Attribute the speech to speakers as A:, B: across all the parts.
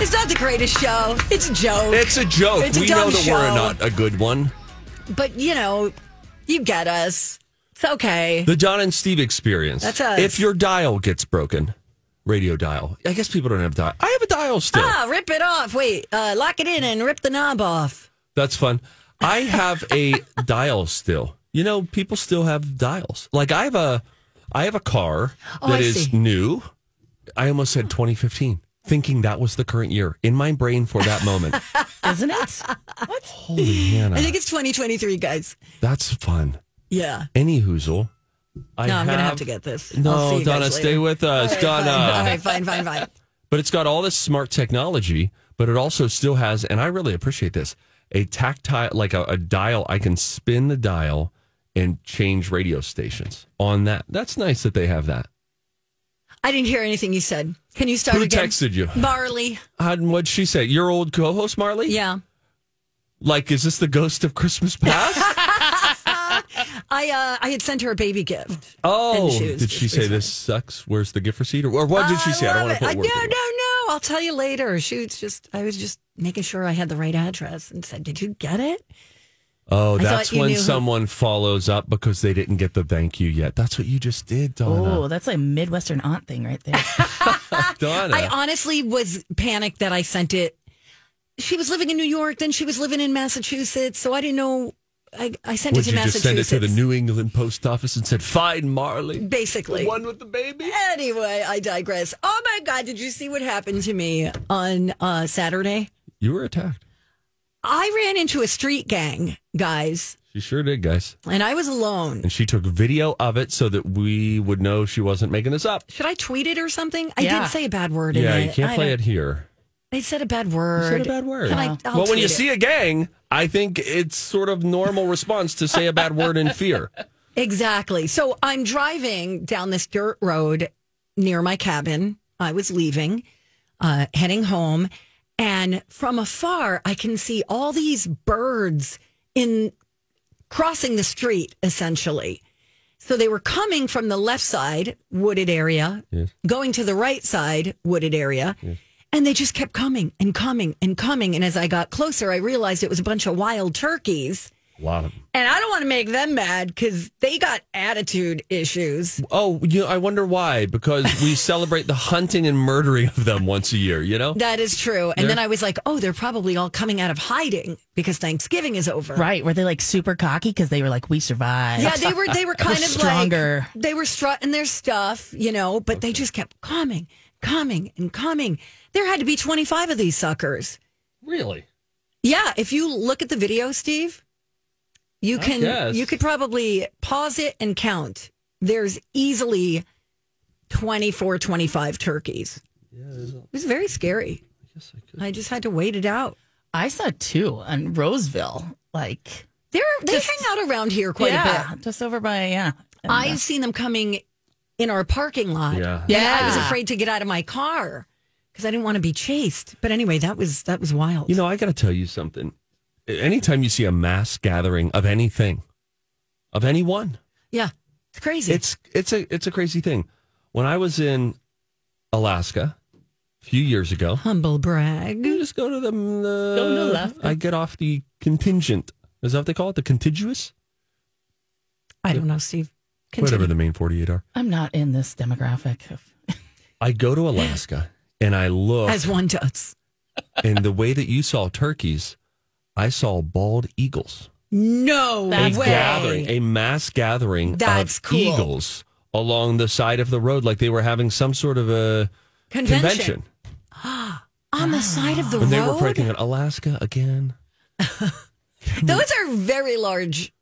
A: It's not the greatest show. It's a joke.
B: It's a joke.
A: It's a
B: we
A: dumb
B: know that we're
A: show.
B: not a good one.
A: but you know, you get us. It's okay.
B: The Don and Steve experience.
A: That's us.
B: If your dial gets broken, radio dial. I guess people don't have dial. I have a dial still.
A: Ah, rip it off. Wait, uh, lock it in and rip the knob off.
B: That's fun. I have a dial still. You know, people still have dials. Like I have a, I have a car
A: Oh,
B: that
A: I
B: is
A: see.
B: new. I almost said 2015, thinking that was the current year in my brain for that moment.
C: isn't it?
B: Holy
A: I
B: Hannah,
A: think it's 2023, guys.
B: that's fun.
A: Yeah.
B: Any hoozle. I
A: No, I'm gonna have to get this. I'll see
B: No,
A: you
B: Donna,
A: guys
B: stay
A: later.
B: with us, Donna.
A: Fine. All right, fine, fine, fine.
B: But it's got all this smart technology, but it also still has, and I really appreciate this, a tactile, like a, a dial. I can spin the dial and change radio stations on that. That's nice that they have that.
A: I didn't hear anything you said. Can you start
B: Who
A: again?
B: texted you?
A: Marley.
B: How- What'd she say? Your old co host, Marley?
A: Yeah.
B: Like, is this the ghost of Christmas past?
A: I uh, I had sent her a baby gift.
B: oh,
A: And she was
B: did she
A: just
B: say this sucks? Where's the gift receipt? Or, or what did she say? I don't want to
A: Oh, love
B: put
A: it.
B: words
A: No,
B: in.
A: no, no. I'll tell you later. She was just I was just making sure I had the right address and said, "Did you get it?"
B: Oh,
A: thought
B: that's
A: you
B: when
A: knew who-
B: someone follows up because they didn't get the thank you yet. That's what you just did, Donna.
C: Oh, that's like Midwestern aunt thing right there.
B: Donna.
A: I honestly was panicked that I sent it. She was living in New York, then she was living in Massachusetts, so I didn't know. I, I sent
B: Would
A: it to
B: you just
A: Massachusetts.
B: send it to the New England post office and said, "Find Marley,
A: basically.
B: the one with the baby"?
A: Anyway, I digress. Oh my God, did you see what happened to me on uh, Saturday?
B: You were attacked.
A: I ran into a street gang, guys,
B: She sure did, guys.
A: and I was alone.
B: And she took video of it so that we would know she wasn't making this up.
A: Should I tweet it or something? I
C: Yeah.
A: did say a bad word
B: yeah,
A: in it.
B: you can't
A: I
B: play
A: don't-
B: it here.
A: They said a bad
B: You
A: word.
B: said a bad word.
A: Can I- I'll
B: well, when
A: tweet
B: you
A: it.
B: see a gang, I think it's sort of normal response to say a bad word in fear.
A: Exactly. So I'm driving down this dirt road near my cabin. I was leaving, uh, heading home. And from afar, I can see all these birds in crossing the street, essentially. So they were coming from the left side, wooded area, going to the right side, wooded area. And they just kept coming and coming and coming. And as I got closer, I realized it was a bunch of wild turkeys.
B: A lot of.
A: And I don't want to make them mad because they got attitude issues.
B: Oh, you I wonder why. Because we celebrate the hunting and murdering of them once a year. You know.
A: That is true. And then I was like, oh, they're probably all coming out of hiding because Thanksgiving is over.
C: right? Were they like super cocky because they were like, "We survived."
A: Yeah, they were they were kind of
C: stronger.
A: like they were strutting their stuff, you know, but they just kept coming, coming, and coming. There had to be twenty five of these suckers.
B: Really.
A: Yeah, if you look at the video, Steve, you can
B: guess.
A: you could probably pause it and count. There's easily 24, 25 turkeys. it was very scary. I, just had to wait it out.
C: I saw two on Roseville, like
A: They're, they hang out around here quite a bit.
C: yeah, just over by yeah. And, uh,
A: I've seen them coming in our parking lot.
B: Yeah.
A: And I was afraid to get out of my car because I didn't want to be chased. But anyway, that was that was wild.
B: You know, I got to tell you something. Anytime you see a mass gathering of anything, of anyone,
A: yeah, it's crazy.
B: it's it's a it's a crazy thing. When I was in Alaska a few years ago,
A: humble brag.
B: you just go to the, the
C: Go to Alaska.
B: I get off the contingent. Is that what they call it? The contiguous,
A: I don't know, Steve.
B: whatever
A: Continue.
B: the main forty-eight are.
C: I'm not in this demographic. Of,
B: I go to Alaska and I look,
A: As one does.
B: and the way that you saw turkeys, I saw bald eagles.
A: No
C: That's
B: a
A: way.
B: gathering, a mass gathering
A: That's
B: of
A: cool.
B: eagles along the side of the road, like they were having some sort of a
A: Convention.
B: convention.
A: on the side of the
B: When they were
A: road.
B: breaking out Alaska again.
A: Those are very large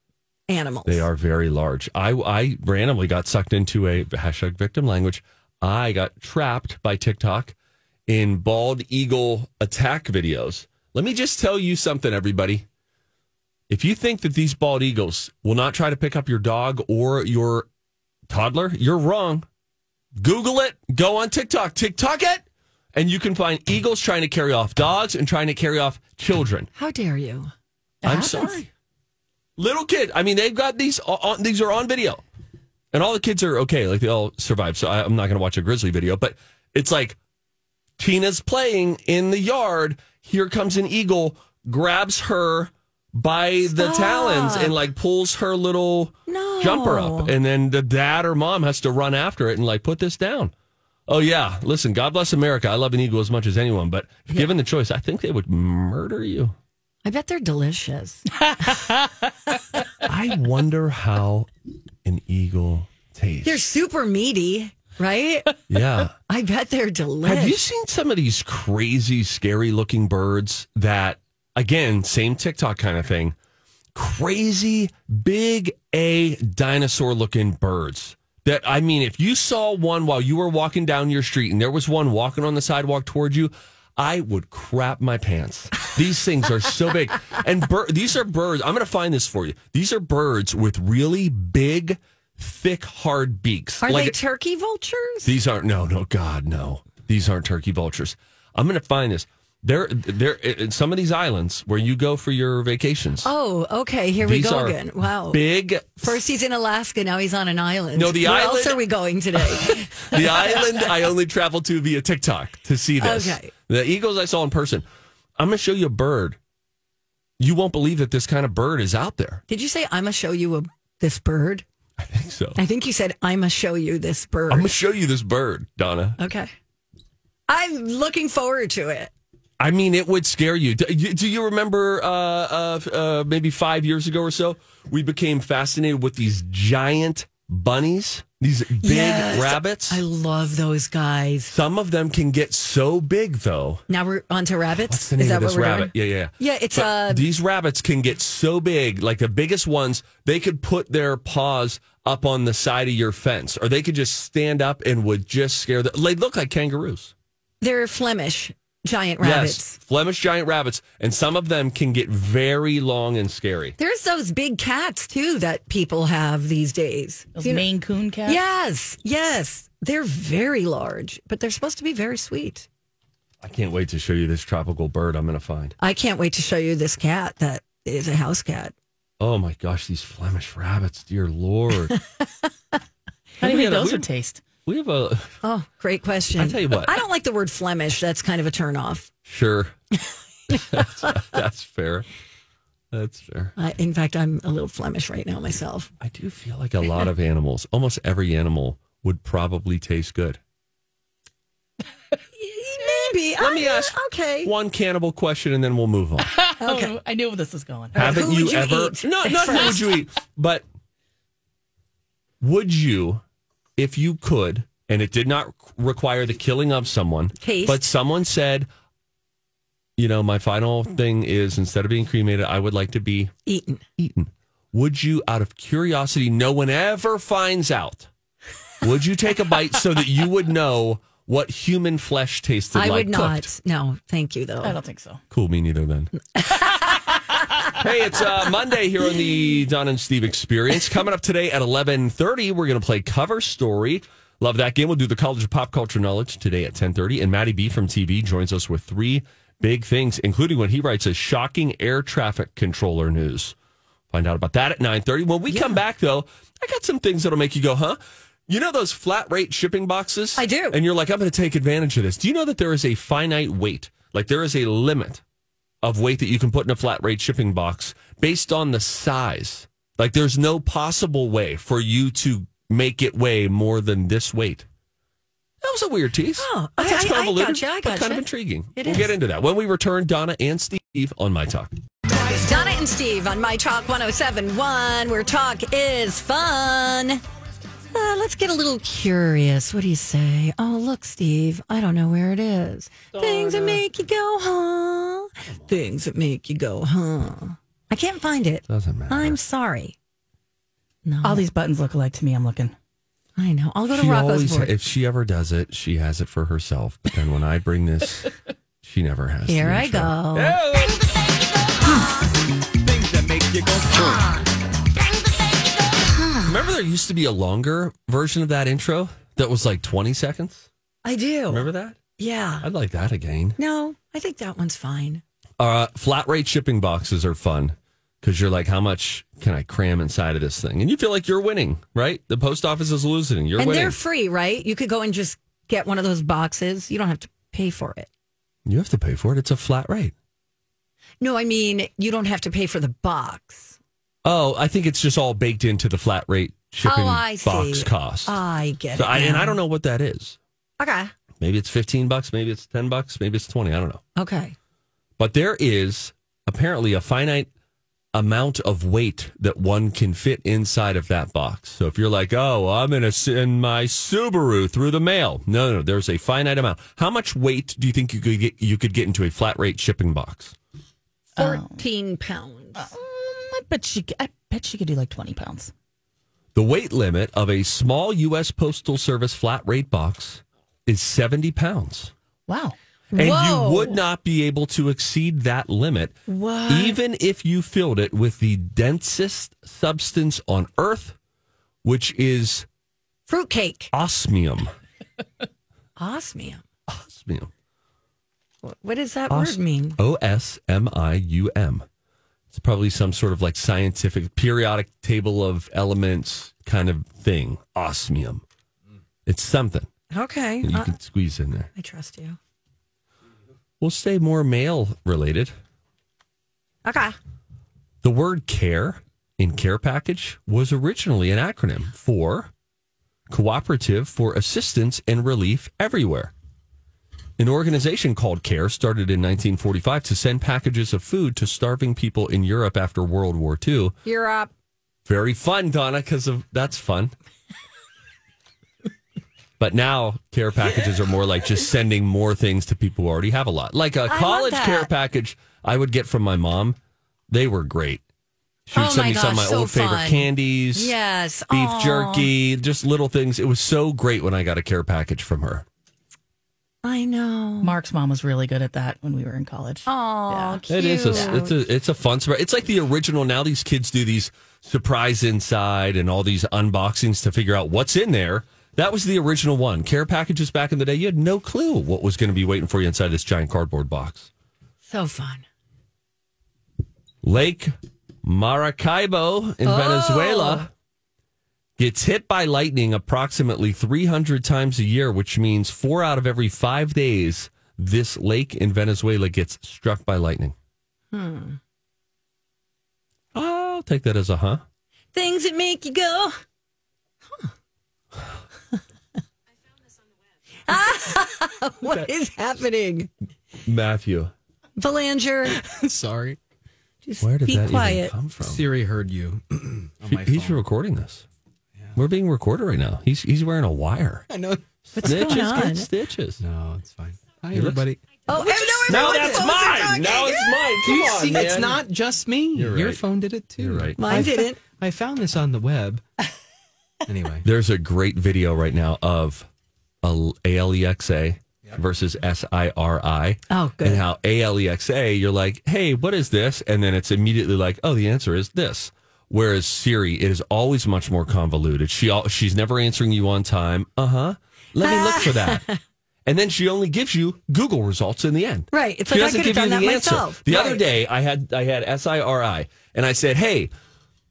A: animals.
B: They are very large. I, I randomly got sucked into a hashtag victim language. I got trapped by TikTok in bald eagle attack videos. Let me just tell you something, everybody. If you think that these bald eagles will not try to pick up your dog or your toddler, you're wrong. Google it, go on TikTok, TikTok it, and you can find eagles trying to carry off dogs and trying to carry off children.
A: How dare you?
C: It
B: I'm
C: happens.
B: sorry. Little kid. I mean, they've got these. uh, On, these are on video, and all the kids are okay. Like they all survived. So I, I'm not going to watch a grizzly video, but it's like Tina's playing in the yard. Here comes an eagle, grabs her by the talons and like pulls her little
A: No.
B: jumper up. And then the dad or mom has to run after it and like put this down. Oh, yeah. Listen, God bless America. I love an eagle as much as anyone, but if given the choice, I think they would murder you.
A: I bet they're delicious.
B: I wonder how an eagle tastes.
A: They're super meaty, right?
B: yeah.
A: I bet they're delicious.
B: Have you seen some of these crazy, scary looking birds that, again, same TikTok kind of thing? Crazy, big A dinosaur looking birds. That, I mean, if you saw one while you were walking down your street and there was one walking on the sidewalk towards you, I would crap my pants. These things are so big. And bir- these are birds. I'm going to find this for you. These are birds with really big, thick, hard beaks.
A: Are
B: Like-
A: they turkey vultures?
B: these aren't no, no, God, no. These aren't turkey vultures. I'm going to find this. There, there. In some of these islands where you go for your vacations,
A: Oh, okay. Here we
B: these
A: go
B: are
A: again. Wow.
B: big.
A: First he's in Alaska, now he's on an island.
B: No, the
A: Where
B: island-
A: else are we going today?
B: The island I only travel to via TikTok to see this.
A: Okay.
B: The eagles I saw in person. I'm going to show you a bird. You won't believe that this kind of bird is out there.
A: Did you say I'm gonna show you a, this bird?
B: I think so.
A: I think you said I'm gonna show you this bird.
B: I'm going to show you this bird, Donna.
A: okay. I'm looking forward to it.
B: I mean, it would scare you. Do, you- do you remember uh, uh, uh, maybe five years ago or so? We became fascinated with these giant bunnies, these big
A: Yes.
B: rabbits.
A: I love those guys.
B: Some of them can get so big, though.
A: Now we're on to rabbits.
B: What's the name
A: Is that
B: of this
A: what we're
B: rabbit?
A: doing?
B: Yeah, yeah.
A: Yeah, it's
B: But
A: uh,
B: these rabbits can get so big, like the biggest ones, they could put their paws up on the side of your fence, or they could just stand up and would just scare the. They look like kangaroos.
A: they're Flemish giant rabbits.
B: Yes, Flemish giant rabbits, and some of them can get very long and scary.
A: There's those big cats too that people have these days.
C: Those
A: You know-
C: Maine Coon cats.
A: Yes, yes. They're very large, but they're supposed to be very sweet.
B: I can't wait to show you this tropical bird I'm going to find.
A: I can't wait to show you this cat that is a house cat.
B: Oh my gosh, these Flemish rabbits, dear lord.
C: How do you
B: We
C: think
B: had a-
C: those
B: we-
C: would taste?
B: We have a
A: Oh, great question.
B: I tell you what.
A: I don't like the word Flemish. That's kind of a turnoff.
B: sure. that's, that's fair. That's fair.
A: I in fact, I'm a little Flemish right now myself.
B: I do feel like a lot of animals, almost every animal would probably taste good.
A: Maybe.
B: Let me ask
A: Okay.
B: one cannibal question and then we'll move on.
A: Okay.
C: Oh, I knew where this was going.
B: Haven't
A: Who would
B: you,
A: you
B: ever?
A: eat
B: No, not who would you eat, but would you, if you could, and it did not require the killing of someone,
A: Taste.
B: but someone said, you know, my final thing is instead of being cremated, I would like to be
A: Eaten.
B: eaten. Would you, out of curiosity, no one ever finds out? Would you take a bite so that you would know what human flesh tasted
A: I
B: like?
A: would not.
B: cooked?
A: No, thank you though.
C: I don't think so.
B: Cool, me neither then. hey, it's uh, Monday here on the Don and Steve Experience. Coming up today at 11.30, we're going to play Cover Story. Love that game. We'll do the College of Pop Culture Knowledge today at 10.30. And Matty B from TV joins us with three big things, including when he writes as shocking air traffic controller news. Find out about that at 9.30. When we come back, though, I got some things that'll make you go, huh? You know those flat rate shipping boxes?
A: I do.
B: And you're like, I'm going to take advantage of this. Do you know that there is a finite weight? Like there is a limit of weight that you can put in a flat rate shipping box based on the size. Like there's no possible way for you to make it weigh more than this weight. That was a weird tease.
A: Oh,
B: That's
A: I- I- I
B: convoluted,
A: gotcha, I
B: but kind
A: gotcha.
B: of intriguing.
A: It
B: we'll
A: is.
B: get into that when we return. Donna and Steve on my talk.
A: Donna and Steve on My Talk 1071, where talk is fun. Uh, let's get a little curious. What do you say? Oh, look, Steve, I don't know where it is. Things that make you go, huh? Things that make you go, huh? I can't find it.
B: Doesn't matter.
A: I'm sorry. No,
C: All these buttons look alike to me. I'm looking.
A: I know. I'll go to
B: she
A: Rocco's
B: always,
A: board.
B: if she ever does it, she has it for herself. But then when I bring this, she never has. the
A: Here I
B: intro.
A: go.
B: Remember, there used to be a longer version of that intro that was like 20 seconds.
A: I do.
B: Remember that?
A: Yeah.
B: I'd like that again.
A: No, I think that one's fine.
B: Uh, flat rate shipping boxes are fun because you're like, how much can I cram inside of this thing? And you feel like you're winning, right? The post office is losing. You're
A: and
B: winning.
A: they're free, right? You could go and just get one of those boxes. You don't have to pay for it.
B: You have to pay for it. It's a flat rate.
A: No, I mean, you don't have to pay for the box.
B: Oh, I think it's just all baked into the flat rate shipping
A: oh, I
B: box
A: see. Oh.
B: cost.
A: I get
B: so
A: it.
B: I, and
A: now.
B: I don't know what that is.
A: Okay.
B: Maybe it's 15 bucks, maybe it's 10 bucks, maybe it's 20, I don't know.
A: Okay.
B: But there is apparently a finite amount of weight that one can fit inside of that box. So if you're like, "Oh, I'm going to send my Subaru through the mail." No, no, there's a finite amount. How much weight do you think you could get you could get into a flat rate shipping box?
A: 14 pounds.
C: Um, I bet she. I bet she could do like twenty pounds.
B: The weight limit of a small US Postal Service flat rate box is 70 pounds.
C: Wow.
B: And
A: Whoa.
B: you would not be able to exceed that limit,
C: What?
B: even if you filled it with the densest substance on Earth, which is
A: Fruitcake.
B: osmium.
A: Osmium.
B: Osmium.
A: Wh- What does that
B: Os-
A: word mean?
B: O S M I U M. It's probably some sort of like scientific periodic table of elements kind of thing. Osmium. It's something
A: Okay.
B: that you
A: I,
B: can squeeze in there.
A: I trust you.
B: We'll stay more male related.
A: Okay.
B: The word care in care package was originally an acronym for Cooperative for Assistance and Relief Everywhere. An organization called CARE started in 1945 to send packages of food to starving people in Europe after World War II.
A: You're up.
B: Very fun, Donna, because of that's fun. but now care packages are more like just sending more things to people who already have a lot. Like a
A: love
B: college care
A: that.
B: package I would get from my mom. They were great. She would
A: Oh
B: send
A: my
B: me some of
A: gosh,
B: my
A: so
B: old favorite
A: fun.
B: candies.
A: Yes.
B: Beef
A: Aw.
B: jerky, just little things. It was so great when I got a care package from her.
A: I know.
C: Mark's mom was really good at that when we were in college.
A: Oh, cute.
B: It is a it's a it's a fun surprise. It's like the original. Now these kids do these surprise inside and all these unboxings to figure out what's in there. That was the original one. Care packages back in the day, you had no clue what was going to be waiting for you inside this giant cardboard box.
A: so fun.
B: Lake Maracaibo in
A: Oh.
B: Venezuela gets hit by lightning approximately 300 times a year, which means four out of every five days, this lake in Venezuela gets struck by lightning. Hmm. I'll take that as a huh.
A: Things that make you go. Huh. what is happening?
B: Matthew,
A: Belanger,
D: Sorry.
A: just
B: where did
A: be
B: that
A: quiet.
B: even come from?
D: Siri heard you on
B: He-
D: my phone.
B: he's recording this. We're being recorded right now. He's he's wearing a wire.
D: I know.
A: What's
B: Snitches
A: going on?
B: get stitches.
D: No, it's fine. Hi,
B: looks-
D: everybody.
A: Oh, hey,
B: No,
A: everyone's phones
B: that's
A: are
B: mine.
A: talking.
B: No, it's mine. Come
D: You
B: on,
D: see, it's
B: man.
D: not just me.
B: You're
D: Your
B: right.
D: phone did it too.
B: You're right.
A: Mine
D: I fo-
A: didn't.
D: I found this on the web. anyway,
B: There's a great video right now of a- ALEXA versus SIRI.
A: Oh, good.
B: And how ALEXA, you're like, hey, what is this? And then it's immediately like, oh, the answer is this. Whereas Siri, it is always much more convoluted. She al- she's never answering you on time. Uh huh. Let me look for that. And then she only gives you Google results in the end.
A: Right. It's
B: She
A: like, I
B: doesn't
A: could have
B: give you
A: done that
B: the answer.
A: myself.
B: The
A: Right.
B: other day, I had I had SIRI, and I said, "Hey,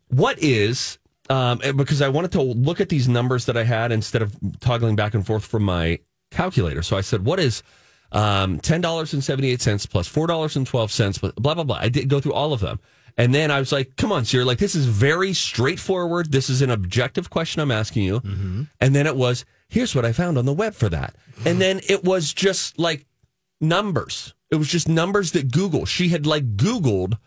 B: what is?" Um, and because I wanted to look at these numbers that I had instead of toggling back and forth from my calculator. So I said, "What is um, ten dollars and seventy eight cents plus four dollars and twelve cents?" Blah blah blah. I did go through all of them. And then I was like, come on, Siri, like this is very straightforward. This is an objective question I'm asking you. And then it was, here's what I found on the web for that. And then it was just like numbers. It was just numbers that Google. She had like Googled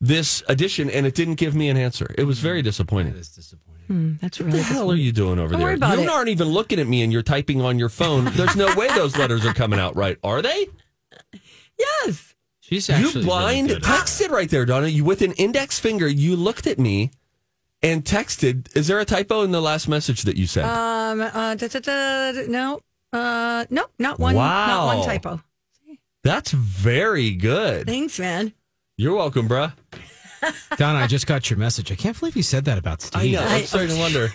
B: this addition and it didn't give me an answer. It was very disappointing.
D: it's disappointing.
A: Hmm, That's
B: What
A: really
B: the hell are you doing over
A: Don't
B: there?
A: worry about
B: you
A: it.
B: aren't even looking at me and you're typing on your phone. There's no way those letters are coming out right, are they?
A: Yes.
D: She's
B: You
D: actually
B: blind
D: Really good at
B: texted right there, Donna. You with an index finger, you looked at me and texted. Is there a typo in the last message that you sent?
A: Um. Uh. Da, da, da, da, no. Uh. No. Not one. Not
B: Wow.
A: one typo.
B: That's very good.
A: Thanks, man.
B: You're welcome, bruh.
D: it. Donna, I just got your message. I can't believe you said that about Steve.
B: I know. I'm starting to wonder.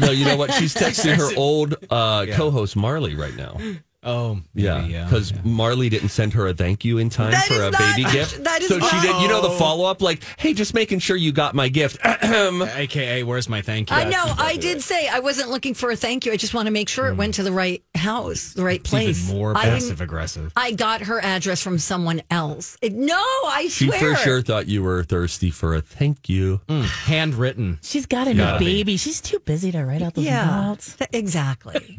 B: no, you know what? She's texting her old uh, co-host Marley right now.
D: Oh, maybe,
B: Yeah, because Marley didn't send her a thank you in time
A: That
B: for
A: is
B: a
A: not-
B: baby gift.
A: that is
B: so she
A: not-
B: did, you know, the follow up, like, "Hey, just making sure you got my gift." Ahem.
D: AKA, where's my thank you?
A: I know. Uh, I did say I wasn't looking for a thank you. I just want to make sure it
B: Hmm.
A: went to the right house, the right place.
D: Even more
A: I didn't-
D: passive aggressive.
A: I got her address from someone else. It- no, I
B: she
A: swear.
B: for sure thought you were thirsty for a thank you.
D: Mm. Hmm, Handwritten.
C: She's got a new
B: Gotta be.
C: baby. She's too busy to write out those
A: Yeah,
C: notes.
A: th- exactly.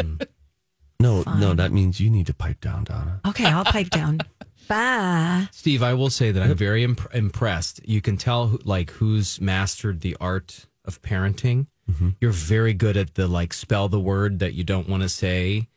B: No, no, that means you need to pipe down, Donna.
A: okay, I'll pipe down. Bye.
D: Steve, I will say that I'm very imp- impressed. You can tell who, like who's mastered the art of parenting.
B: Mm-hmm.
D: You're very good at the like spell the word that you don't want to say.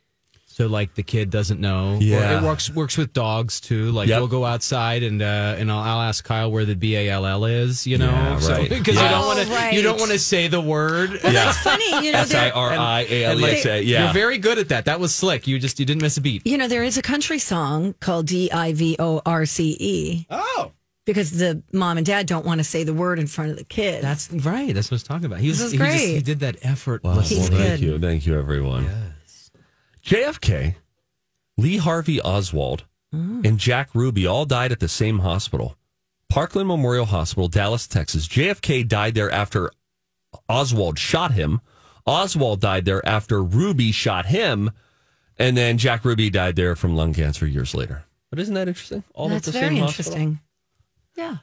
D: So like the kid doesn't know. Or
B: Yeah.
D: it works works with dogs too. Like
B: Yep.
D: we'll go outside and uh, and I'll, I'll ask Kyle where the B A L L is. You know,
B: Yeah, right.
D: because
A: Yeah.
D: you don't want
A: Oh,
D: to
A: right.
D: you don't want to say the word.
A: Well, that's funny. You know,
B: S I
A: there,
B: R I A
D: And,
B: L E
D: like,
B: X A. Yeah,
D: You're very good at that. That was slick. You just you didn't miss a beat.
A: you know, there is a country song called D I V O R C E
D: Oh,
A: because the mom and dad don't want to say the word in front of the kid.
D: that's right. That's what I was talking about. He was
A: This is
D: he just- he
A: great.
D: did that
B: Wow. Well,
D: effortlessly.
A: He's
B: thank
A: good.
B: you. Thank you, everyone. JFK, Lee Harvey Oswald,
A: Mm.
B: and Jack Ruby all died at the same hospital Parkland Memorial Hospital, Dallas, Texas. JFK died there after Oswald shot him. Oswald died there after Ruby shot him. And then Jack Ruby died there from lung cancer years later. But isn't that interesting? All
A: That's
B: at the
A: very
B: same hospital.
A: interesting. Yeah.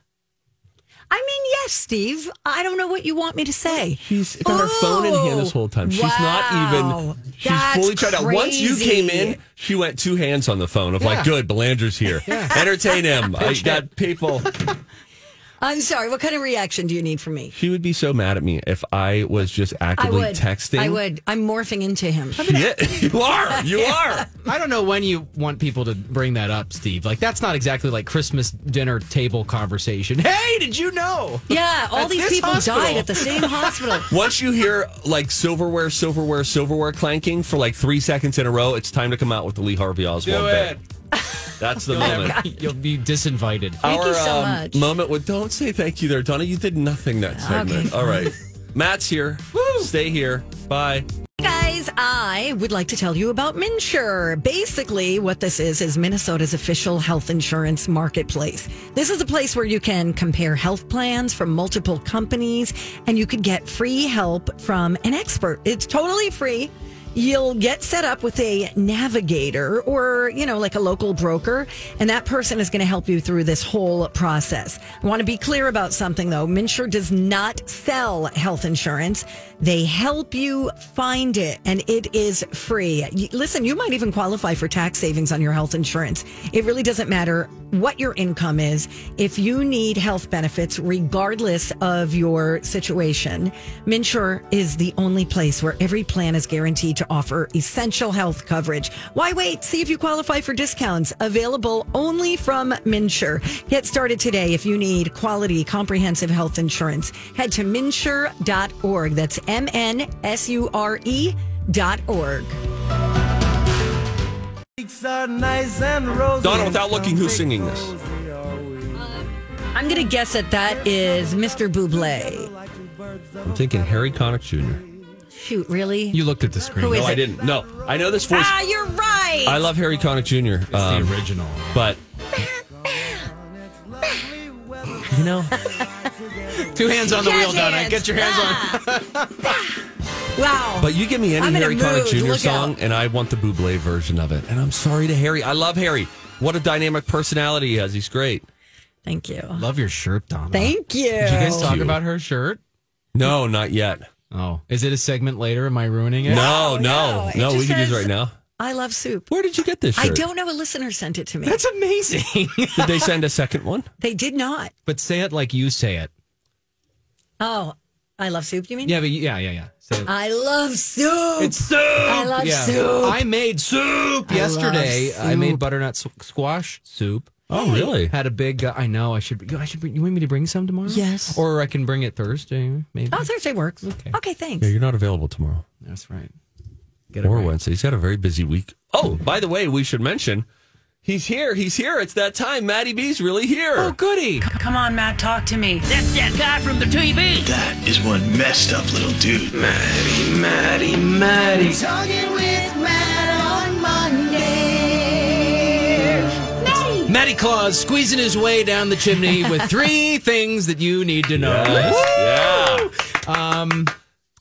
A: I mean, yes, Steve. I don't know what you want me to say.
B: She's got her phone in hand this whole time. She's not
A: Wow.
B: even. She's
A: That's
B: fully tried out. Once you came in,
A: crazy.
B: she went two hands on the phone of
D: Yeah.
B: like, "Good, Belanger's here. Entertain him. I got people."
A: I'm sorry. What kind of reaction do you need from me?
B: She would be so mad at me if I was just
A: I
B: actively
A: would.
B: texting.
A: I would. I'm morphing into him.
B: Yeah, you are. You are.
D: I don't know when you want people to bring that up, Steve. Like that's not exactly like Christmas dinner table conversation. Hey, did you know?
A: Yeah, all
D: At
A: these
D: this
A: people
D: hospital.
A: died at the same hospital.
B: Once you hear like silverware, silverware, silverware clanking for like three seconds in a row, it's time to come out with the Lee Harvey Oswald. bit. That's the moment.
D: You'll be disinvited.
A: Thank
B: Our
A: you so
B: um,
A: much.
B: moment with don't say thank you there, Donna. You did nothing that segment. All right. Matt's here. Stay here. Bye.
A: Guys, I would like to tell you about Minsure. Basically, what this is is Minnesota's official health insurance marketplace. This is a place where you can compare health plans from multiple companies and you could get free help from an expert. It's totally free. You'll get set up with a navigator or, you know, like a local broker, and that person is going to help you through this whole process. I want to be clear about something though. Minsure does not sell health insurance. They help you find it and it is free. Y- Listen, you might even qualify for tax savings on your health insurance. It really doesn't matter what your income is. If you need health benefits, regardless of your situation, Minsure is the only place where every plan is guaranteed to offer essential health coverage. Why wait? See if you qualify for discounts available only from Minsure. Get started today if you need quality, comprehensive health insurance. Head to minsure.org. That's M N S U R E dot org.
B: Donna, without looking, who's singing this?
A: I'm going to guess that that is Mr. Buble.
B: I'm thinking Harry Connick Jr.
A: Shoot, really?
D: You looked at the screen.
A: Who is
B: No, I
A: it?
B: didn't. No, I know this voice.
A: ah, you're right.
B: I love Harry Connick Jr.
D: the
B: um,
D: original.
B: but you know,
D: Two hands on the
A: Jazz
D: wheel, Donna.
A: hands.
D: Get your hands on.
A: wow.
B: but you give me any
A: I'm in a
B: Harry
A: mood.
B: Connick Jr.
A: Look
B: song,
A: out.
B: and I want the Buble version of it. And I'm sorry to Harry. I love Harry. What a dynamic personality he has. He's great.
A: Thank you.
D: Love your shirt, Donna.
A: Thank you.
D: Did you guys talk
B: you.
D: about her shirt?
B: No, not yet.
D: Oh, is it a segment later? Am I ruining it?
B: No,
A: Oh, no.
B: no,
A: It
B: no.
A: just
B: we can use it
A: says-
B: right now.
A: I love soup.
B: Where did you get this shirt?
A: I don't know. A listener sent it to me.
D: That's amazing.
B: Did they send a second one?
A: they did not.
D: but say it like you say it.
A: Oh, I love soup. You mean?
D: Yeah, but you- yeah, yeah, yeah. Say it.
A: I love soup.
D: soup.
A: I love soup.
D: I made soup
A: I
D: yesterday.
A: love
D: I made
A: soup.
D: butternut s- squash soup.
B: Oh, really?
D: Had a big. Uh, I know. I should. I should. bring- You want me to bring some tomorrow?
A: Yes.
D: Or I can bring it Thursday. Maybe.
A: oh, Thursday works. Okay. thanks.
B: Yeah, you're not available tomorrow
D: That's right. Get it
B: or
D: right.
B: Wednesday. He's had a very busy week. Oh, by the way, we should mention he's here. He's here. It's that time. Maddie B's really here.
D: Oh, goody.
E: Come on, Matt, talk to me.
F: That's that guy from the TV.
G: That is one messed up little dude. Maddie, Maddie, Maddie.
H: Talking with Matt on Monday.
D: Daddy Claus squeezing his way down the chimney with three things that you need to know.
B: Yes. Yeah.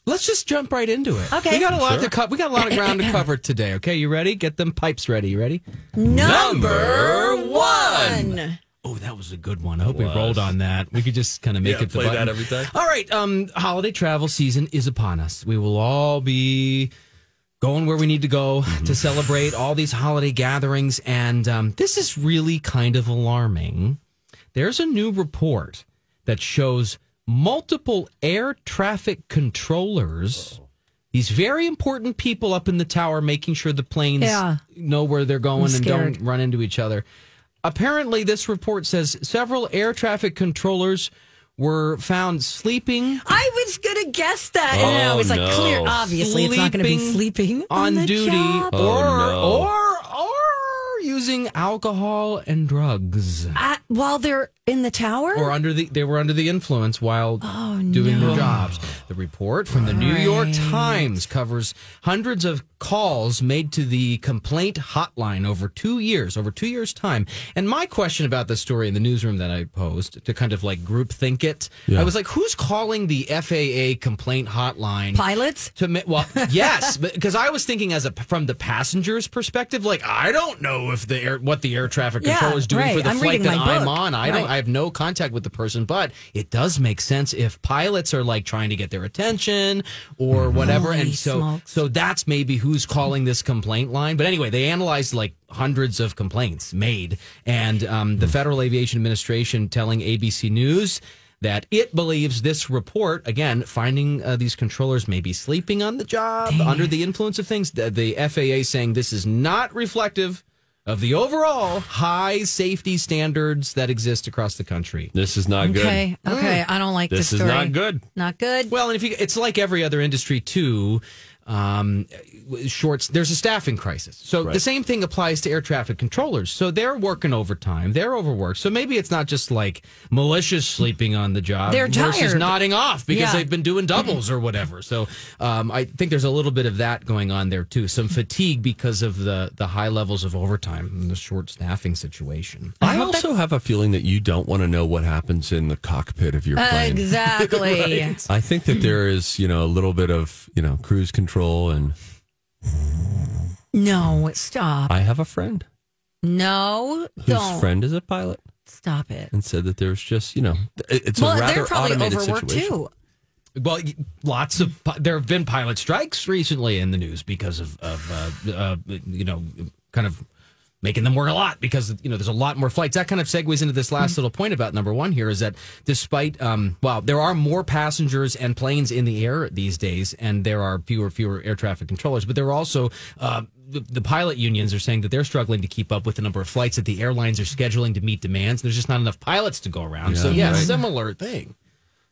D: Let's just jump right into it.
A: Okay.
D: We got a lot to co- we got a lot of ground to cover today. Okay, you ready? Get them pipes ready. You ready?
A: Number one.
D: Oh, that was a good one. I hope we rolled on that. We could just kind of make
B: Yeah,
D: it the
B: play
D: button.
B: that every time.
D: All right, um, holiday travel season is upon us. We will all be going where we need to go
B: Mm-hmm.
D: to celebrate all these holiday gatherings, and um, this is really kind of alarming. There's a new report that shows multiple air traffic controllers. These very important people up in the tower making sure the planes
A: Yeah.
D: know where they're going and
A: scared.
D: don't run into each other. Apparently, this report says several air traffic controllers were found sleeping
A: I was gonna guess that, and I
B: Oh,
A: was like,
B: no.
A: clear. Obviously, it's not gonna be sleeping
D: on,
A: the
D: duty
A: job.
D: or
B: Oh,
D: or or using alcohol and drugs
A: At- while they're in the tower.
D: or under the they were under the influence while
A: Oh,
D: doing
A: no.
D: their jobs. The report from the New York Times covers hundreds of calls made to the complaint hotline over 2 years, over 2 years time. And my question about this story in the newsroom that I posed to kind of like group think it. I was like who's calling the FAA complaint hotline?
A: Pilots.
D: to me, well, yes, because I was thinking as a from the passenger's perspective, like I don't know if the air what the air traffic
A: Yeah,
D: control is doing for
A: right.
D: the
A: I'm
D: flight
A: reading
D: that
A: my
D: I'm
A: book.
D: on. I don't.
A: Right.
D: I have no contact with the person, but it does make sense if pilots are like trying to get their attention or whatever,
A: Holy
D: and so
A: smokes.
D: so that's maybe who's calling this complaint line. But anyway, they analyzed like hundreds of complaints made, and um, the Federal Aviation Administration telling ABC News that it believes this report, again, finding uh, these controllers may be sleeping on the job, under the influence of things, the, the FAA saying this is not reflective of the overall high safety standards that exist across the country.
B: This is not good.
A: Okay. Okay.
D: Mm.
A: I don't like this,
B: This is
A: story.
B: not good.
A: Not good.
D: Well, and if you, it's like every other industry too. Um, shorts. There's a staffing crisis, so the same thing applies to air traffic controllers. So they're working overtime. They're overworked. So maybe it's not just like malicious sleeping on the job.
A: They're
D: versus
A: tired.
D: nodding off because
A: Yeah.
D: they've been doing doubles or whatever. So um, I think there's a little bit of that going on there too. Some fatigue because of the the high levels of overtime and the short staffing situation.
B: I also have a feeling that you don't want to know what happens in the cockpit of your plane.
A: Exactly.
B: I think that there is, you know, a little bit of, you know, cruise control and
A: No, stop.
B: I have a friend
A: No,
B: whose
A: don't
B: friend is a pilot
A: stop it.
B: and said that there's just, you know, it- it's
A: well,
B: a
A: they're
B: rather
A: probably
B: automated
A: overworked
B: situation.
A: too.
D: Well, y- lots of pi- there have been pilot strikes recently in the news because of of uh, uh, you know kind of making them work a lot because you know there's a lot more flights. That kind of segues into this
B: Mm-hmm.
D: last little point about number one here is that despite um, well there are more passengers and planes in the air these days and there are fewer fewer air traffic controllers, but there are also uh, the, the pilot unions are saying that they're struggling to keep up with the number of flights that the airlines are scheduling to meet demands. There's just not enough pilots to go around. so yeah, similar thing.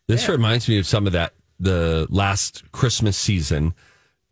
B: This reminds me of some of that. The last Christmas season,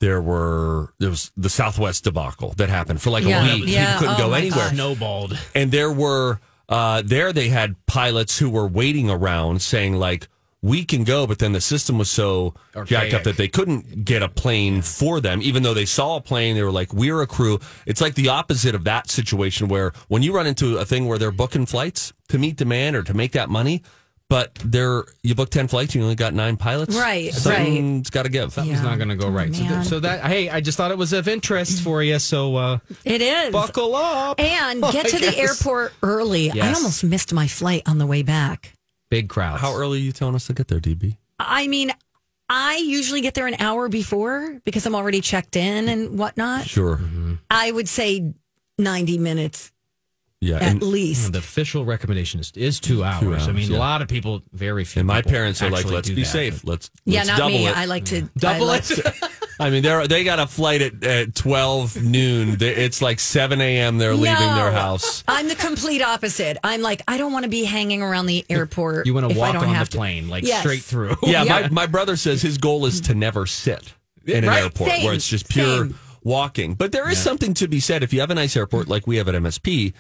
B: there were there was the Southwest debacle that happened for like
A: Yeah.
B: a week.
A: Yeah.
B: People couldn't
A: Oh,
B: go
A: my
B: anywhere.
A: gosh.
D: Snowballed.
B: and there were uh, there they had pilots who were waiting around saying like we can go but then the system was so jacked up
D: Archaic.
B: that they couldn't get a plane for them even though they saw a plane they were like we're a crew it's like the opposite of that situation where when you run into a thing where they're booking flights to meet demand or to make that money but they're you book 10 flights you only got 9 pilots
A: Right,
B: something's got to give
A: Yeah.
D: It's not going to go right. So,
A: man.
D: th- so that hey, I just thought it was of interest for you. So uh,
A: It is.
D: buckle up.
A: and get
D: I
A: to the
D: guess.
A: airport early. I
D: Yes.
A: almost missed my flight on the way back.
D: Big crowds.
B: how early are you telling us to get there db
A: I mean, I usually get there an hour before because I'm already checked in and whatnot.
B: sure
A: I would say 90 minutes
B: yeah
A: at
B: and,
A: least.
D: the official recommendation is, is two hours. I
B: hours,
D: mean,
B: yeah.
D: a lot of people, very few.
B: and my
D: people
B: parents are like
D: actually
B: let's
D: do
B: be
D: that.
B: safe let's,
A: yeah,
B: let's
A: not
B: double
A: me.
B: it
A: I like to
D: Double
A: I
D: it.
A: like to-
B: I mean, they they got a flight at, at twelve noon. They- It's like seven a.m. They're leaving
A: No.
B: their house.
A: I'm the complete opposite. I'm like, I don't want to be hanging around the airport.
D: You
A: want to
D: walk on the
A: to.
D: plane like
A: Yes.
D: straight through.
B: Yeah, My, my brother says his goal is to never sit in an
D: Right.
B: airport
A: Same.
B: where it's just pure
A: Same.
B: walking. But there is something to be said if you have a nice airport like we have at MSP.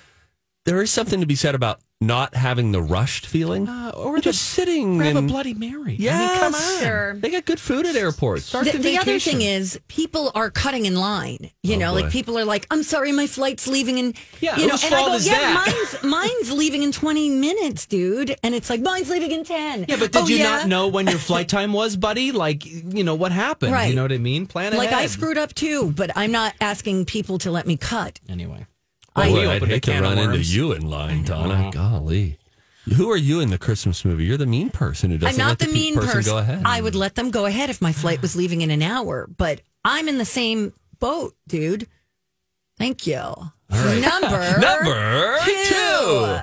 B: There is something to be said about not having the rushed feeling.
D: Uh, or
B: You're just sitting
D: grab a
B: and-
D: Bloody Mary.
B: Yes,
D: I mean, come on.
A: Sure.
B: They got good food at airports.
D: Start
A: The,
D: the,
A: the other
D: vacation.
A: thing is, people are cutting in line. You
B: Oh,
A: know,
B: boy.
A: like people are like, "I'm sorry, my flight's leaving," and
B: Yeah,
A: you know,
B: whose
A: and I
B: fault
A: go,
B: is
A: "Yeah,
B: that?"
A: mine's mine's leaving in 20 minutes, dude," and it's like, "Mine's leaving in 10."
D: Yeah, but did
A: Oh,
D: you
A: yeah?
D: not know when your flight time was, buddy? Like, you know what happened?
A: Right.
D: You know what I mean? Plan
A: Like I
D: ahead.
A: screwed up too, but I'm not asking people to let me cut.
D: Anyway,
B: Boy,
D: we
B: I'd
D: opened a
B: hate to
D: can of
B: run into
D: worms.
B: you in line, Donna. Golly. Who are you in the Christmas movie? You're the mean person who doesn't
A: I'm not
B: let
A: the
B: pe-
A: mean
B: person,
A: person.
B: go ahead.
A: I would let them go ahead if my flight was leaving in an hour, but I'm in the same boat, dude. Thank you. Number
B: Number two.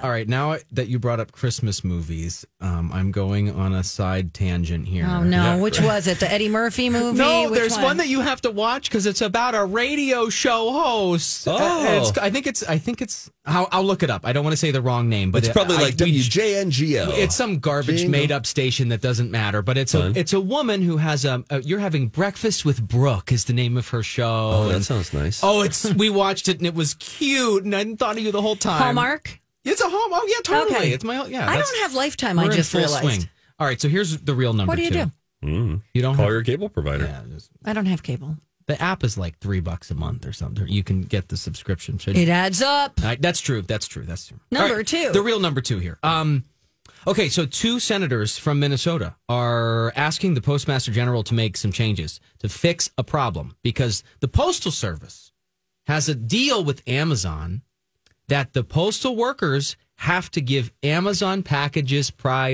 D: All right, now that you brought up Christmas movies, um, I'm going on a side tangent here.
A: Oh no, which was it? The Eddie Murphy movie?
D: No,
A: Which
D: there's one? that you have to watch because it's about a radio show host. Uh,
B: Oh.
D: it's, I think it's. I think it's. I'll, I'll look it up. I don't want to say the wrong name, but
B: It's
D: it-
B: probably
D: I-
B: like
D: we-
B: WJNGO.
D: It's some garbage
B: Jingle.
D: made up station that doesn't matter, but it's
B: Fun.
D: a it's a woman who has a, a you're having breakfast with Brooke is the name of her show.
B: Oh, that
D: and-
B: sounds nice.
D: Oh, it's we watched it and it was cute and I hadn't thought of you the whole time.
A: Hallmark.
D: It's a home. Oh yeah, totally.
A: Okay.
D: It's my yeah.
A: I
D: Uh, that's-
A: don't have Lifetime.
D: we're
A: I
D: in
A: just
D: full
A: realized.
D: swing. All right, so here's the real number.
A: What do you
D: two.
A: do?
B: Mm.
D: You don't
B: Call
D: have,
B: your cable provider.
D: yeah, just-
A: I don't have cable.
D: the app is like three bucks a month or something. You can get the subscription. So
A: It adds up.
D: All right, that's true. That's true. That's true.
A: Number
D: All right,
A: two.
D: The real number two here. Um, okay, so two senators from Minnesota are asking the Postmaster General to make some changes to fix a problem because the Postal Service has a deal with Amazon that the postal workers have to give Amazon packages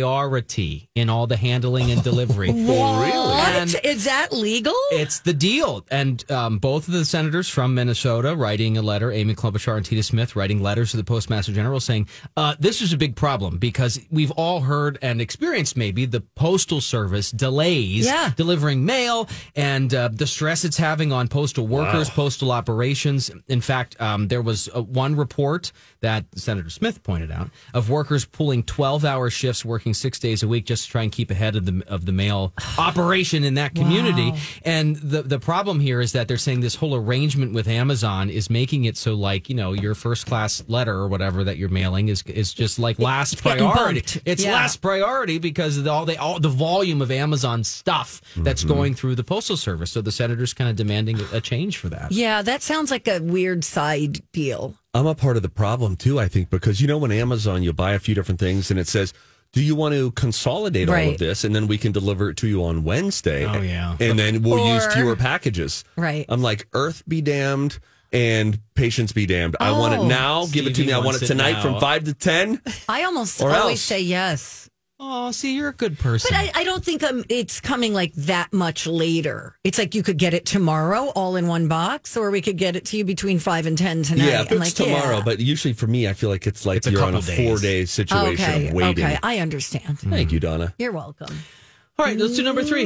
D: priority in all the handling and delivery.
A: What?
D: Oh, And-
A: Is that legal?
D: it's the deal. And um, both of the senators from Minnesota writing a letter, Amy Klobuchar and Tina Smith writing letters to the Postmaster General saying, uh, this is a big problem because we've all heard and experienced maybe the Postal Service delays
A: Yeah.
D: delivering mail and uh, the stress it's having on postal workers, postal operations. In fact, um, there was uh, one report that Senator Smith pointed out of workers pulling 12 hour shifts, working six days a week just to try and keep ahead of the, of the mail operation in that community. And the, the problem here is that they're saying this whole arrangement with Amazon is making it so, like, you know, your first class letter or whatever that you're mailing is, is just like last
A: getting
D: priority.
A: bumped.
D: It's
A: Yeah.
D: last priority because of all the all the volume of Amazon stuff that's
B: Mm-hmm.
D: going through the postal service. So the senator's kind of demanding a change for that.
A: yeah, that sounds like a weird side deal.
B: I'm a part of the problem too, I think, because you know when Amazon you buy a few different things and it says, "Do you want to consolidate all
A: Right.
B: of this and then we can deliver it to you on Wednesday?"
D: Oh, yeah.
B: and then we'll use
A: Or-
B: fewer packages.
A: Right.
D: Oh.
B: I'm like, Earth be damned and patience be damned. I want it
A: Oh.
B: now. Give it to
D: Stevie
B: me. I want
D: wants
B: it
D: it
B: tonight
D: now.
B: from five to ten.
A: I almost
B: Or
A: always
B: else.
A: say yes.
D: Oh, see, you're a good person.
A: But I, I don't think um, it's coming like that much later. It's like you could get it tomorrow, all in one box, or we could get it to you between five and ten tonight.
B: yeah, if
A: I'm
B: it's
A: like,
B: tomorrow.
A: yeah.
B: But usually for me, I feel like it's like
D: It's a
B: you're on a
D: couple
B: four
D: days.
B: day situation
A: okay,
B: of waiting.
A: okay, I understand.
D: Hmm.
B: Thank you, Donna.
A: You're welcome.
D: All right, let's do number three.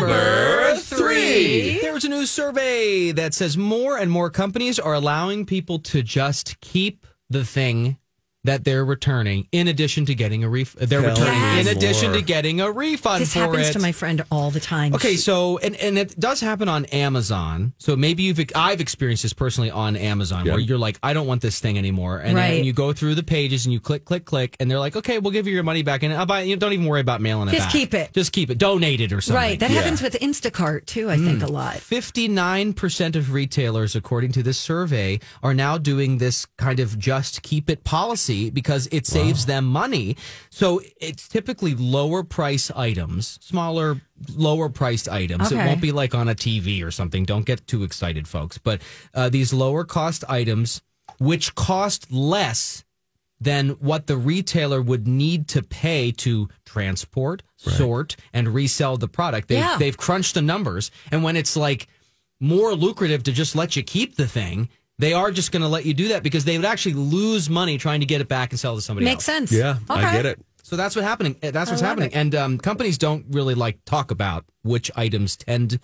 B: Number three.
D: There was a new survey that says more and more companies are allowing people to just keep the thing that they're returning, in addition to getting a ref. They're
B: Tell
D: returning
A: me
D: in addition
B: more.
D: to getting a refund.
A: This
D: for
A: happens
D: it.
A: to my friend all the time.
D: Okay, so and and it does happen on Amazon. So maybe you've I've experienced this personally on Amazon where
B: Yeah.
D: you're like, I don't want this thing anymore, and,
A: Right.
D: then you go through the pages and you click, click, click, and they're like, okay, we'll give you your money back, and I'll buy. You don't even worry about mailing it.
A: Just
D: back.
A: keep it.
D: Just keep it. Donate it or something.
A: right, that happens with Instacart too. I
B: Hmm.
A: think a lot.
D: 59% of retailers, according to this survey, are now doing this kind of just keep it policy because it saves them money. So it's typically lower price items, smaller, lower priced items. It
A: Okay.
D: won't be like on a TV or something. Don't get too excited, folks. But uh, these lower cost items, which cost less than what the retailer would need to pay to transport, sort, and resell the product. They've,
A: Yeah.
D: they've crunched the numbers. And when it's like more lucrative to just let you keep the thing, they are just going to let you do that because they would actually lose money trying to get it back and sell it to somebody
A: Makes
D: else.
A: sense.
B: Yeah, I
A: Okay.
B: get it.
D: So that's what happening. That's what's happening. And um, companies don't really like talk about which items tend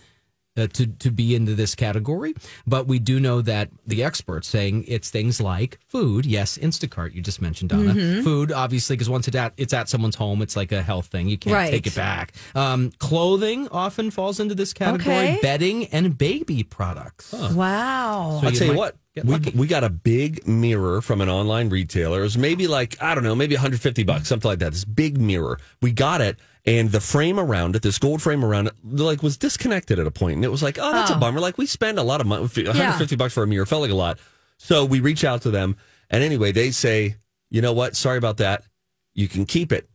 D: uh, to to be into this category, but we do know that the experts saying it's things like food. Yes, Instacart you just mentioned, Donna.
A: Mm-hmm.
D: Food, obviously, because once it's at it's at someone's home, it's like a health thing. You can't
A: Right.
D: take it back. Um, clothing often falls into this category.
A: Okay.
D: Bedding and baby products.
A: Wow.
D: So
B: I'll
D: you
B: tell you
D: might
B: what.
D: get
B: We,
D: lucky.
B: we got a big mirror from an online retailer. It was maybe like, I don't know, maybe 150 bucks, something like that. This big mirror. We got it, and the frame around it, this gold frame around it, like was disconnected at a point. And it was like, oh, that's a bummer. Like, we spend a lot of money, 150 bucks for a mirror, felt like a lot. So we reach out to them. And anyway, they say, you know what? Sorry about that. You can keep it.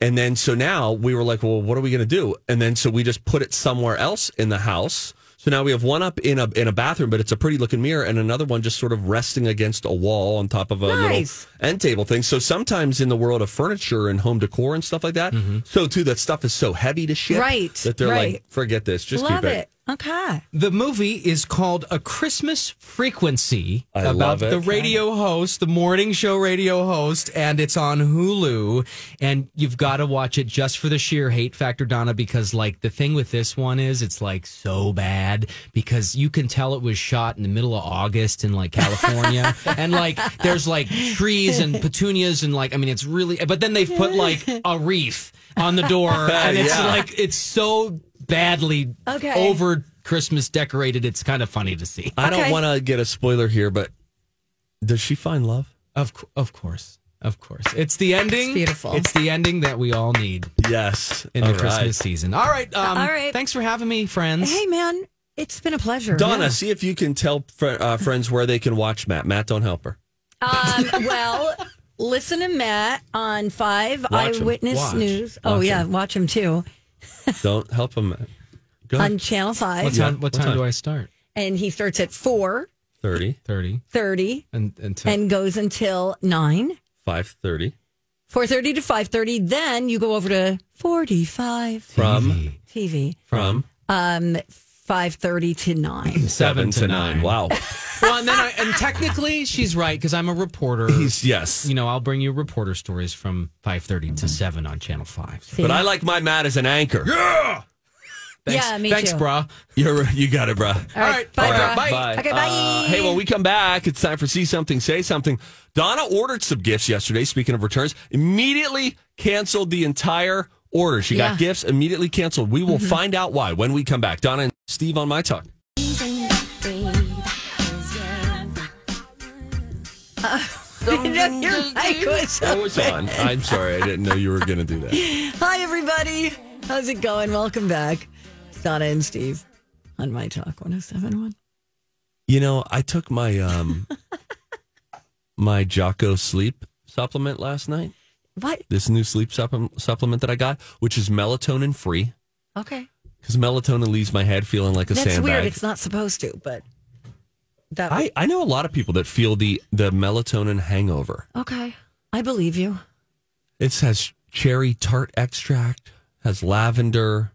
B: And then so now we were like, well, what are we going to do? And then so we just put it somewhere else in the house. So now we have one up in a in a bathroom, but it's a pretty looking mirror, and another one just sort of resting against a wall on top of a
A: Nice.
B: little end table thing. So sometimes in the world of furniture and home decor and stuff like that, so too that stuff is so heavy to shit
A: Mm-hmm. Right,
B: that they're
A: right.
B: like, forget this, just
A: Love
B: keep it.
A: it. Okay.
D: The movie is called A Christmas Frequency
B: I
D: about
B: love it.
D: the radio host, the morning show radio host, and it's on Hulu. And you've got to watch it just for the sheer hate factor, Donna, because like the thing with this one is it's like so bad because you can tell it was shot in the middle of August in like California. and like there's like trees and petunias and like, I mean, it's really, but then they've put like a reef on the door and it's
B: Yeah.
D: like, it's so badly
A: Okay.
D: over for Christmas decorated, it's kind of funny to see.
B: I don't
A: Okay.
B: want to get a spoiler here, but does she find love?
D: Of cou- of course, of course, it's the ending.
A: It's beautiful.
D: It's the ending that we all need
B: Yes,
D: in
B: All
D: the
B: right.
D: Christmas season. All right, um,
A: All right.
D: Thanks for having me, friends.
A: Hey, man, it's been a pleasure.
B: Donna, see if you can tell fr- uh, friends where they can watch Matt. Matt, don't help her.
A: Um, well, listen to Matt on Five
B: Watch him.
A: Eyewitness
B: Watch.
A: News. oh,
B: Watch
A: yeah,
B: him.
A: watch him too
B: Don't help him. Matt. Go
A: on Channel Five,
D: What
B: Yeah,
D: time? What,
B: what
D: time,
B: time?
D: do I start?
A: and he starts at four
B: 30,
D: Thirty
A: thirty
D: and until
A: and goes until nine.
B: 5.30
A: Four thirty to five thirty. Then you go over to forty-five
B: from,
A: TV.
B: from
A: Um, five thirty to nine.
B: 7 to 9. Wow.
D: well, and then I, and technically she's right because I'm a reporter.
B: He's, yes.
D: you know, I'll bring you reporter stories from five thirty to seven on Channel Five.
B: But I like my Matt as an anchor.
D: Thanks,
A: Yeah, me
D: Thanks,
A: too.
D: brah.
B: You're, you got it, bruh.
A: All right, bye,
B: All
A: bro.
B: right,
A: Okay, bye.
B: Uh, hey, when we come back, it's time for See Something, Say Something. Donna ordered some gifts yesterday, speaking of returns, immediately canceled the entire order. She got
A: Yeah. Mm-hmm.
B: gifts, immediately canceled. We will find out why when we come back. Donna and Steve on My Talk.
A: Your mic was
B: Oh, it's on. I'm sorry. I didn't know you were going to do that.
A: Hi, everybody. How's it going? Welcome back. It's Donna and Steve on My Talk 1071.
B: You know, I took my um my Jocko sleep supplement last night.
A: What?
B: This new sleep supplem- supplement that I got, which is melatonin free,
A: Okay.
B: because melatonin leaves my head feeling like a
A: That's
B: sandbag.
A: weird. It's not supposed to, but that.
B: I, I know a lot of people that feel the the melatonin hangover.
A: okay. I believe you.
B: It has cherry tart extract, has lavender,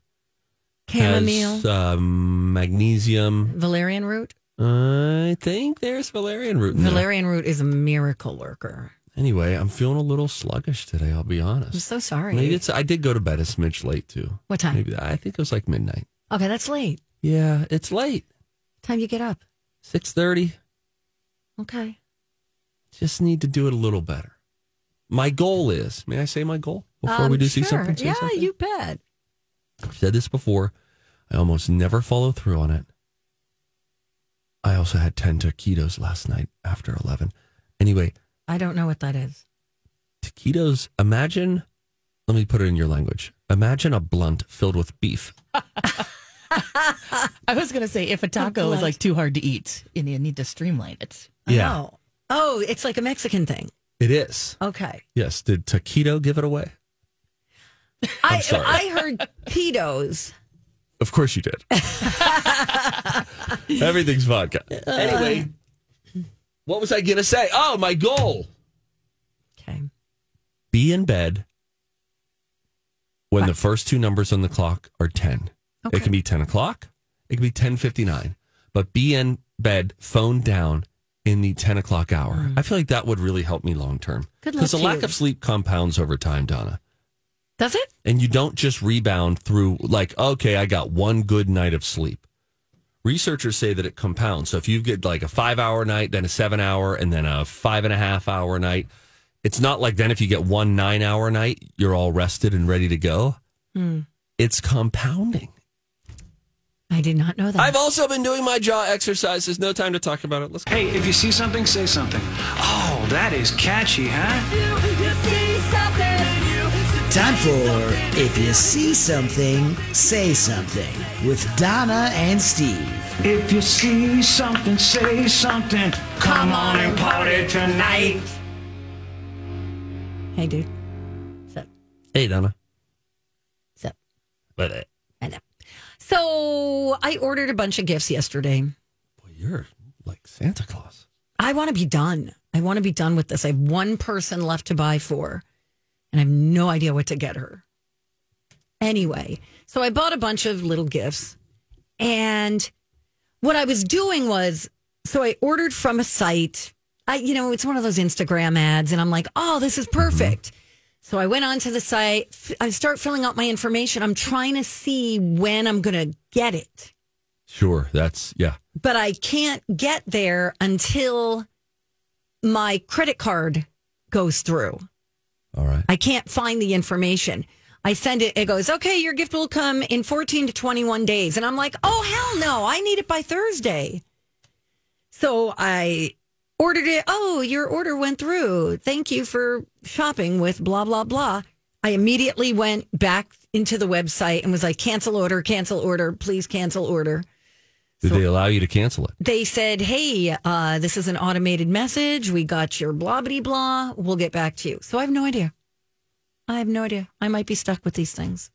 A: Chamomile,
B: has um, magnesium.
A: valerian root.
B: I think there's valerian root. In there.
A: Valerian root is a miracle worker.
B: Anyway, I'm feeling a little sluggish today. I'll be honest.
A: I'm so sorry.
B: Maybe it's. I did go to bed a smidge late too.
A: What time?
B: Maybe I think it was like midnight.
A: Okay, that's late.
B: Yeah, it's late.
A: Time you get up.
B: Six thirty.
A: Okay.
B: Just need to do it a little better. My goal is. May I say my goal before
A: Um,
B: we do see
A: sure.
B: something? Say
A: Yeah,
B: something?
A: you bet.
B: I've said this before. I almost never follow through on it. I also had ten taquitos last night after eleven. Anyway,
A: I don't know what that is.
B: taquitos. Imagine. Let me put it in your language. Imagine a blunt filled with beef.
C: I was gonna say if a taco is like too hard to eat, and you need to streamline it.
A: Oh. Oh, it's like a Mexican thing.
B: it is.
A: Okay.
B: Yes. Did taquito give it away?
A: I,
B: sorry.
A: I heard pedos.
B: Of course you did. Everything's vodka. Anyway, what was I going to say? Oh, my goal.
A: Okay.
B: Be in bed when the first two numbers on the clock are 10. It can be 10 o'clock. It can be 10.59. But be in bed, phone down in the 10 o'clock hour. I feel like that would really help me long term.
A: Hmm. Good luck
B: Because the
A: to
B: lack
A: you.
B: of sleep compounds over time, Donna.
A: Does it?
B: and you don't just rebound through like okay i got one good night of sleep researchers say that it compounds. So if you get like a five hour night, then a seven hour, and then a five and a half hour night, it's not like then if you get one nine hour night, you're all rested and ready to go. It's compounding.
A: I did not know that.
B: I've also been doing my jaw exercises. No time to talk about it. Let's go.
H: Hey, if you see something, say something. Oh, that is catchy, huh?
I: Time for If You See Something, Say Something with Donna and Steve.
H: If you see something, say something. Come on and party tonight.
A: hey, dude.
B: Hey, Donna.
A: So,
B: But uh,
A: I know. So I ordered a bunch of gifts yesterday.
B: boy, you're like Santa Claus.
A: I want to be done. I want to be done with this. I have one person left to buy for, and I have no idea what to get her. Anyway, so I bought a bunch of little gifts. And what I was doing was so I ordered from a site. I, you know, it's one of those Instagram ads, and I'm like, oh, this is perfect. So I went onto the site. f- I start filling out my information. I'm trying to see when I'm going to get it
B: Sure, that's yeah.
A: but I can't get there until my credit card goes through.
B: All right.
A: I can't find the information. I send it, it goes, okay, your gift will come in 14 to 21 days. And I'm like, oh, hell no, I need it by Thursday. So I ordered it. Oh, your order went through. Thank you for shopping with blah, blah, blah. I immediately went back into the website and was like, cancel order, cancel order, please cancel order
B: Did they allow you to cancel it?
A: they said, "Hey, uh, this is an automated message. We got your blah blah blah. We'll get back to you." So I have no idea. I have no idea. I might be stuck with these things,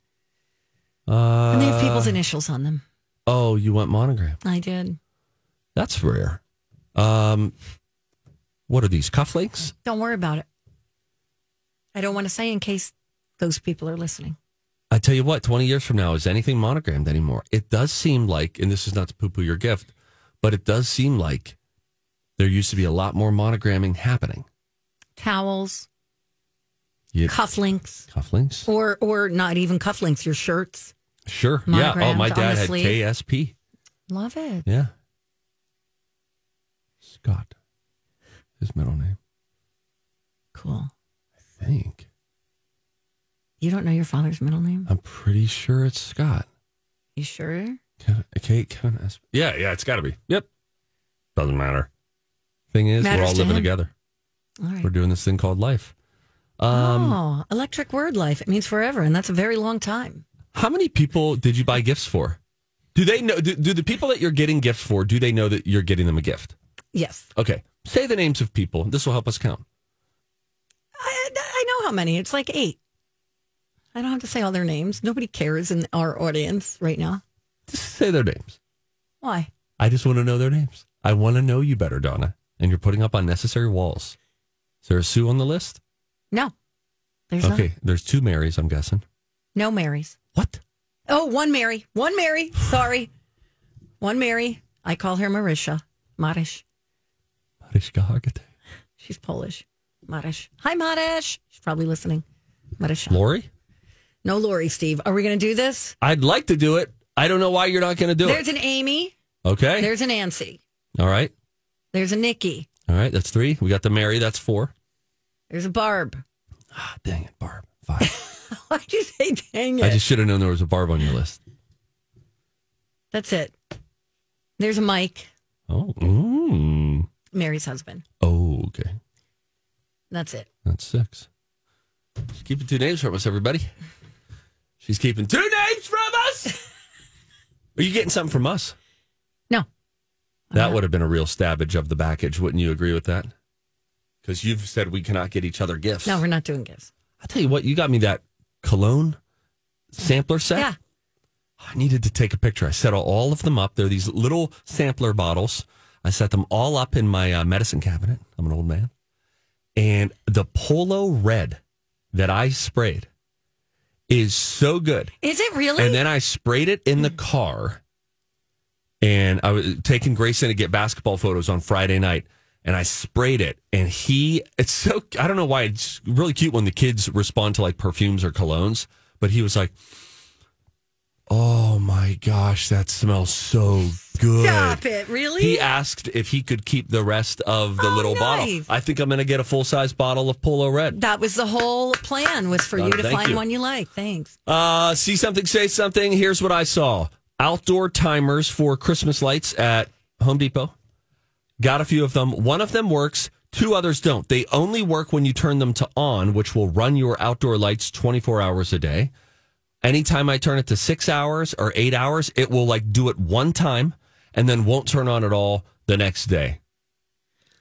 B: Uh,
A: and they have people's initials on them.
B: oh, you want monogram?
A: I did.
B: That's rare. Um, what are these cufflinks?
A: Don't worry about it. I don't want to say in case those people are listening.
B: I tell you what, 20 years from now, is anything monogrammed anymore? It does seem like, and this is not to poo poo your gift, but it does seem like there used to be a lot more monogramming happening.
A: Towels,
B: You,
A: cufflinks,
B: cufflinks?
A: or or not even cufflinks. Your shirts.
B: Sure. Yeah. Oh,
A: Monogrammed
B: my
A: on
B: dad
A: the
B: had
A: sleeve.
B: KSP.
A: Love it.
B: Yeah. Scott. His middle name,
A: Cool.
B: I think.
A: You don't know your father's middle name?
B: I'm pretty sure it's Scott.
A: You sure?
B: Kevin, uh, Kate, Kevin S. Yeah, yeah, it's got to be. Yep. Doesn't matter. Thing is, we're
A: Matters
B: all
A: to
B: living
A: him.
B: together.
A: All right.
B: We're doing this thing called life. Um,
A: oh, electric word life. It means forever, and that's a very long time.
B: How many people did you buy gifts for? Do they know? Do, do the people that you're getting gifts for? Do they know that you're getting them a gift?
A: Yes.
B: Okay, say the names of people. This will help us count.
A: I, I know how many. It's like eight. I don't have to say all their names. Nobody cares in our audience right now.
B: Just say their names.
A: Why?
B: I just want to know their names. I want to know you better, Donna. And you're putting up unnecessary walls. Is there a Sue on the list?
A: No. There's
B: okay, there's two Marys. I'm guessing.
A: no, no Marys.
B: What?
A: Oh, one Mary. One Mary. Sorry. one Mary. I call her Marisha. Marish.
B: Mariska Hargitay.
A: She's Polish. Marish. Hi, Marish. She's probably listening. Marish.
B: Lori.
A: No, Lori, Steve. Are we going to do this?
B: I'd like to do it. I don't know why you're not going to do
A: There's
B: it.
A: an Amy.
B: Okay.
A: There's an Nancy.
B: All right.
A: There's a Nikki.
B: All right. That's three. We got the Mary. That's four.
A: There's a Barb.
B: Ah, dang it, Barb. Five.
A: Why'd you say dang it?
B: I just should have known there was a Barb on your list.
A: That's it. There's a Mike,
B: Oh. Mm.
A: Mary's husband.
B: Oh, okay.
A: That's it.
B: That's six. She's keeping two names from us, everybody. She's keeping two names from us. Are you getting something from us?
A: No.
B: That
A: Uh-huh.
B: would have been a real stabbage of the backage. Wouldn't you agree with that? Because you've said we cannot get each other gifts.
A: No, we're not doing gifts.
B: I'll tell you what, you got me that cologne sampler set.
A: Yeah.
B: I needed to take a picture. I set all of them up. They're these little sampler bottles. I set them all up in my uh, medicine cabinet. I'm an old man. And the polo red that I sprayed is so good.
A: Is it really?
B: And then I sprayed it in the
A: Mm.
B: car. And I was taking Grayson to get basketball photos on Friday night. And I sprayed it. And he, it's so, I don't know why it's really cute when the kids respond to like perfumes or colognes, but he was like, Oh my gosh, that smells so good.
A: Stop it, really?
B: He asked if he could keep the rest of the
A: Oh,
B: little
A: nice.
B: bottle. I think I'm going to get a full size bottle of Polo Red.
A: that was the whole plan was for you
B: Donna,
A: to
B: thank
A: find
B: you.
A: one you like. Thanks.
B: Uh, see something, say something. Here's what I saw outdoor timers for Christmas lights at Home Depot. Got a few of them. One of them works, two others don't. They only work when you turn them to on, which will run your outdoor lights 24 hours a day. Anytime I turn it to six hours or eight hours, it will like do it one time and then won't turn on at all the next day.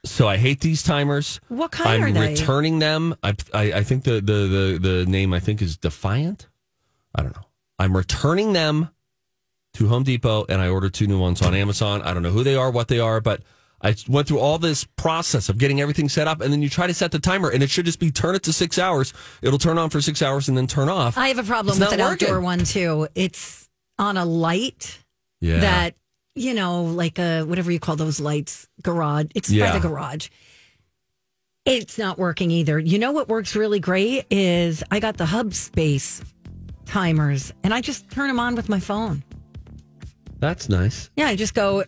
B: So I hate these timers.
A: What kind
B: I'm
A: are they?
B: returning them. I, I, I think the, the, the, the name I think is Defiant. I don't know. I'm returning them to Home Depot and I ordered two new ones on Amazon. I don't know who they are, what they are, but I went through all this process of getting everything set up and then you try to set the timer and it should just be turn it to six hours. It'll turn on for six hours and then turn off.
A: I have a problem
B: It's
A: with
B: not
A: an outdoor
B: working.
A: one too. It's on a light
B: yeah.
A: that you know, like a whatever you call those lights, garage. It's
B: Yeah.
A: by the garage. It's not working either. You know what works really great is I got the hub space timers and I just turn them on with my phone.
B: That's nice.
A: Yeah, I just go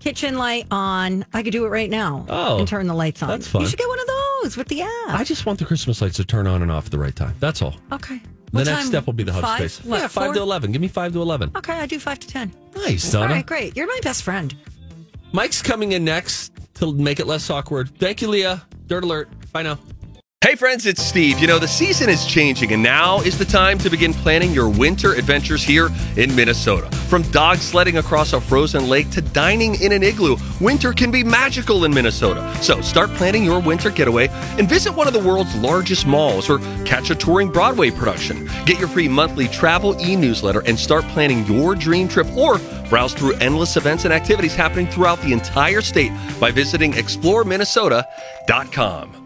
A: kitchen light on. I could do it right now.
B: Oh,
A: and turn the lights on.
B: that's fun.
A: You should get one of those with the app.
B: I just want the Christmas lights to turn on and off at the right time. That's all.
A: okay.
B: The
A: What
B: next
A: time?
B: step will be the hub
A: five?
B: space.
A: What,
B: yeah, five
A: four?
B: to eleven. Give me five to eleven.
A: Okay, I do five to ten.
B: Nice,
A: All
B: Donna.
A: right, great. You're my best friend.
B: Mike's coming in next to make it less awkward. Thank you, Leah. Dirt alert. Bye now. Hey, friends, it's Steve. You know, the season is changing, and now is the time to begin planning your winter adventures here in Minnesota. From dog sledding across a frozen lake to dining in an igloo, winter can be magical in Minnesota. So start planning your winter getaway and visit one of the world's largest malls or catch a touring Broadway production. Get your free monthly travel e newsletter and start planning your dream trip or browse through endless events and activities happening throughout the entire state by visiting exploreminnesota.com.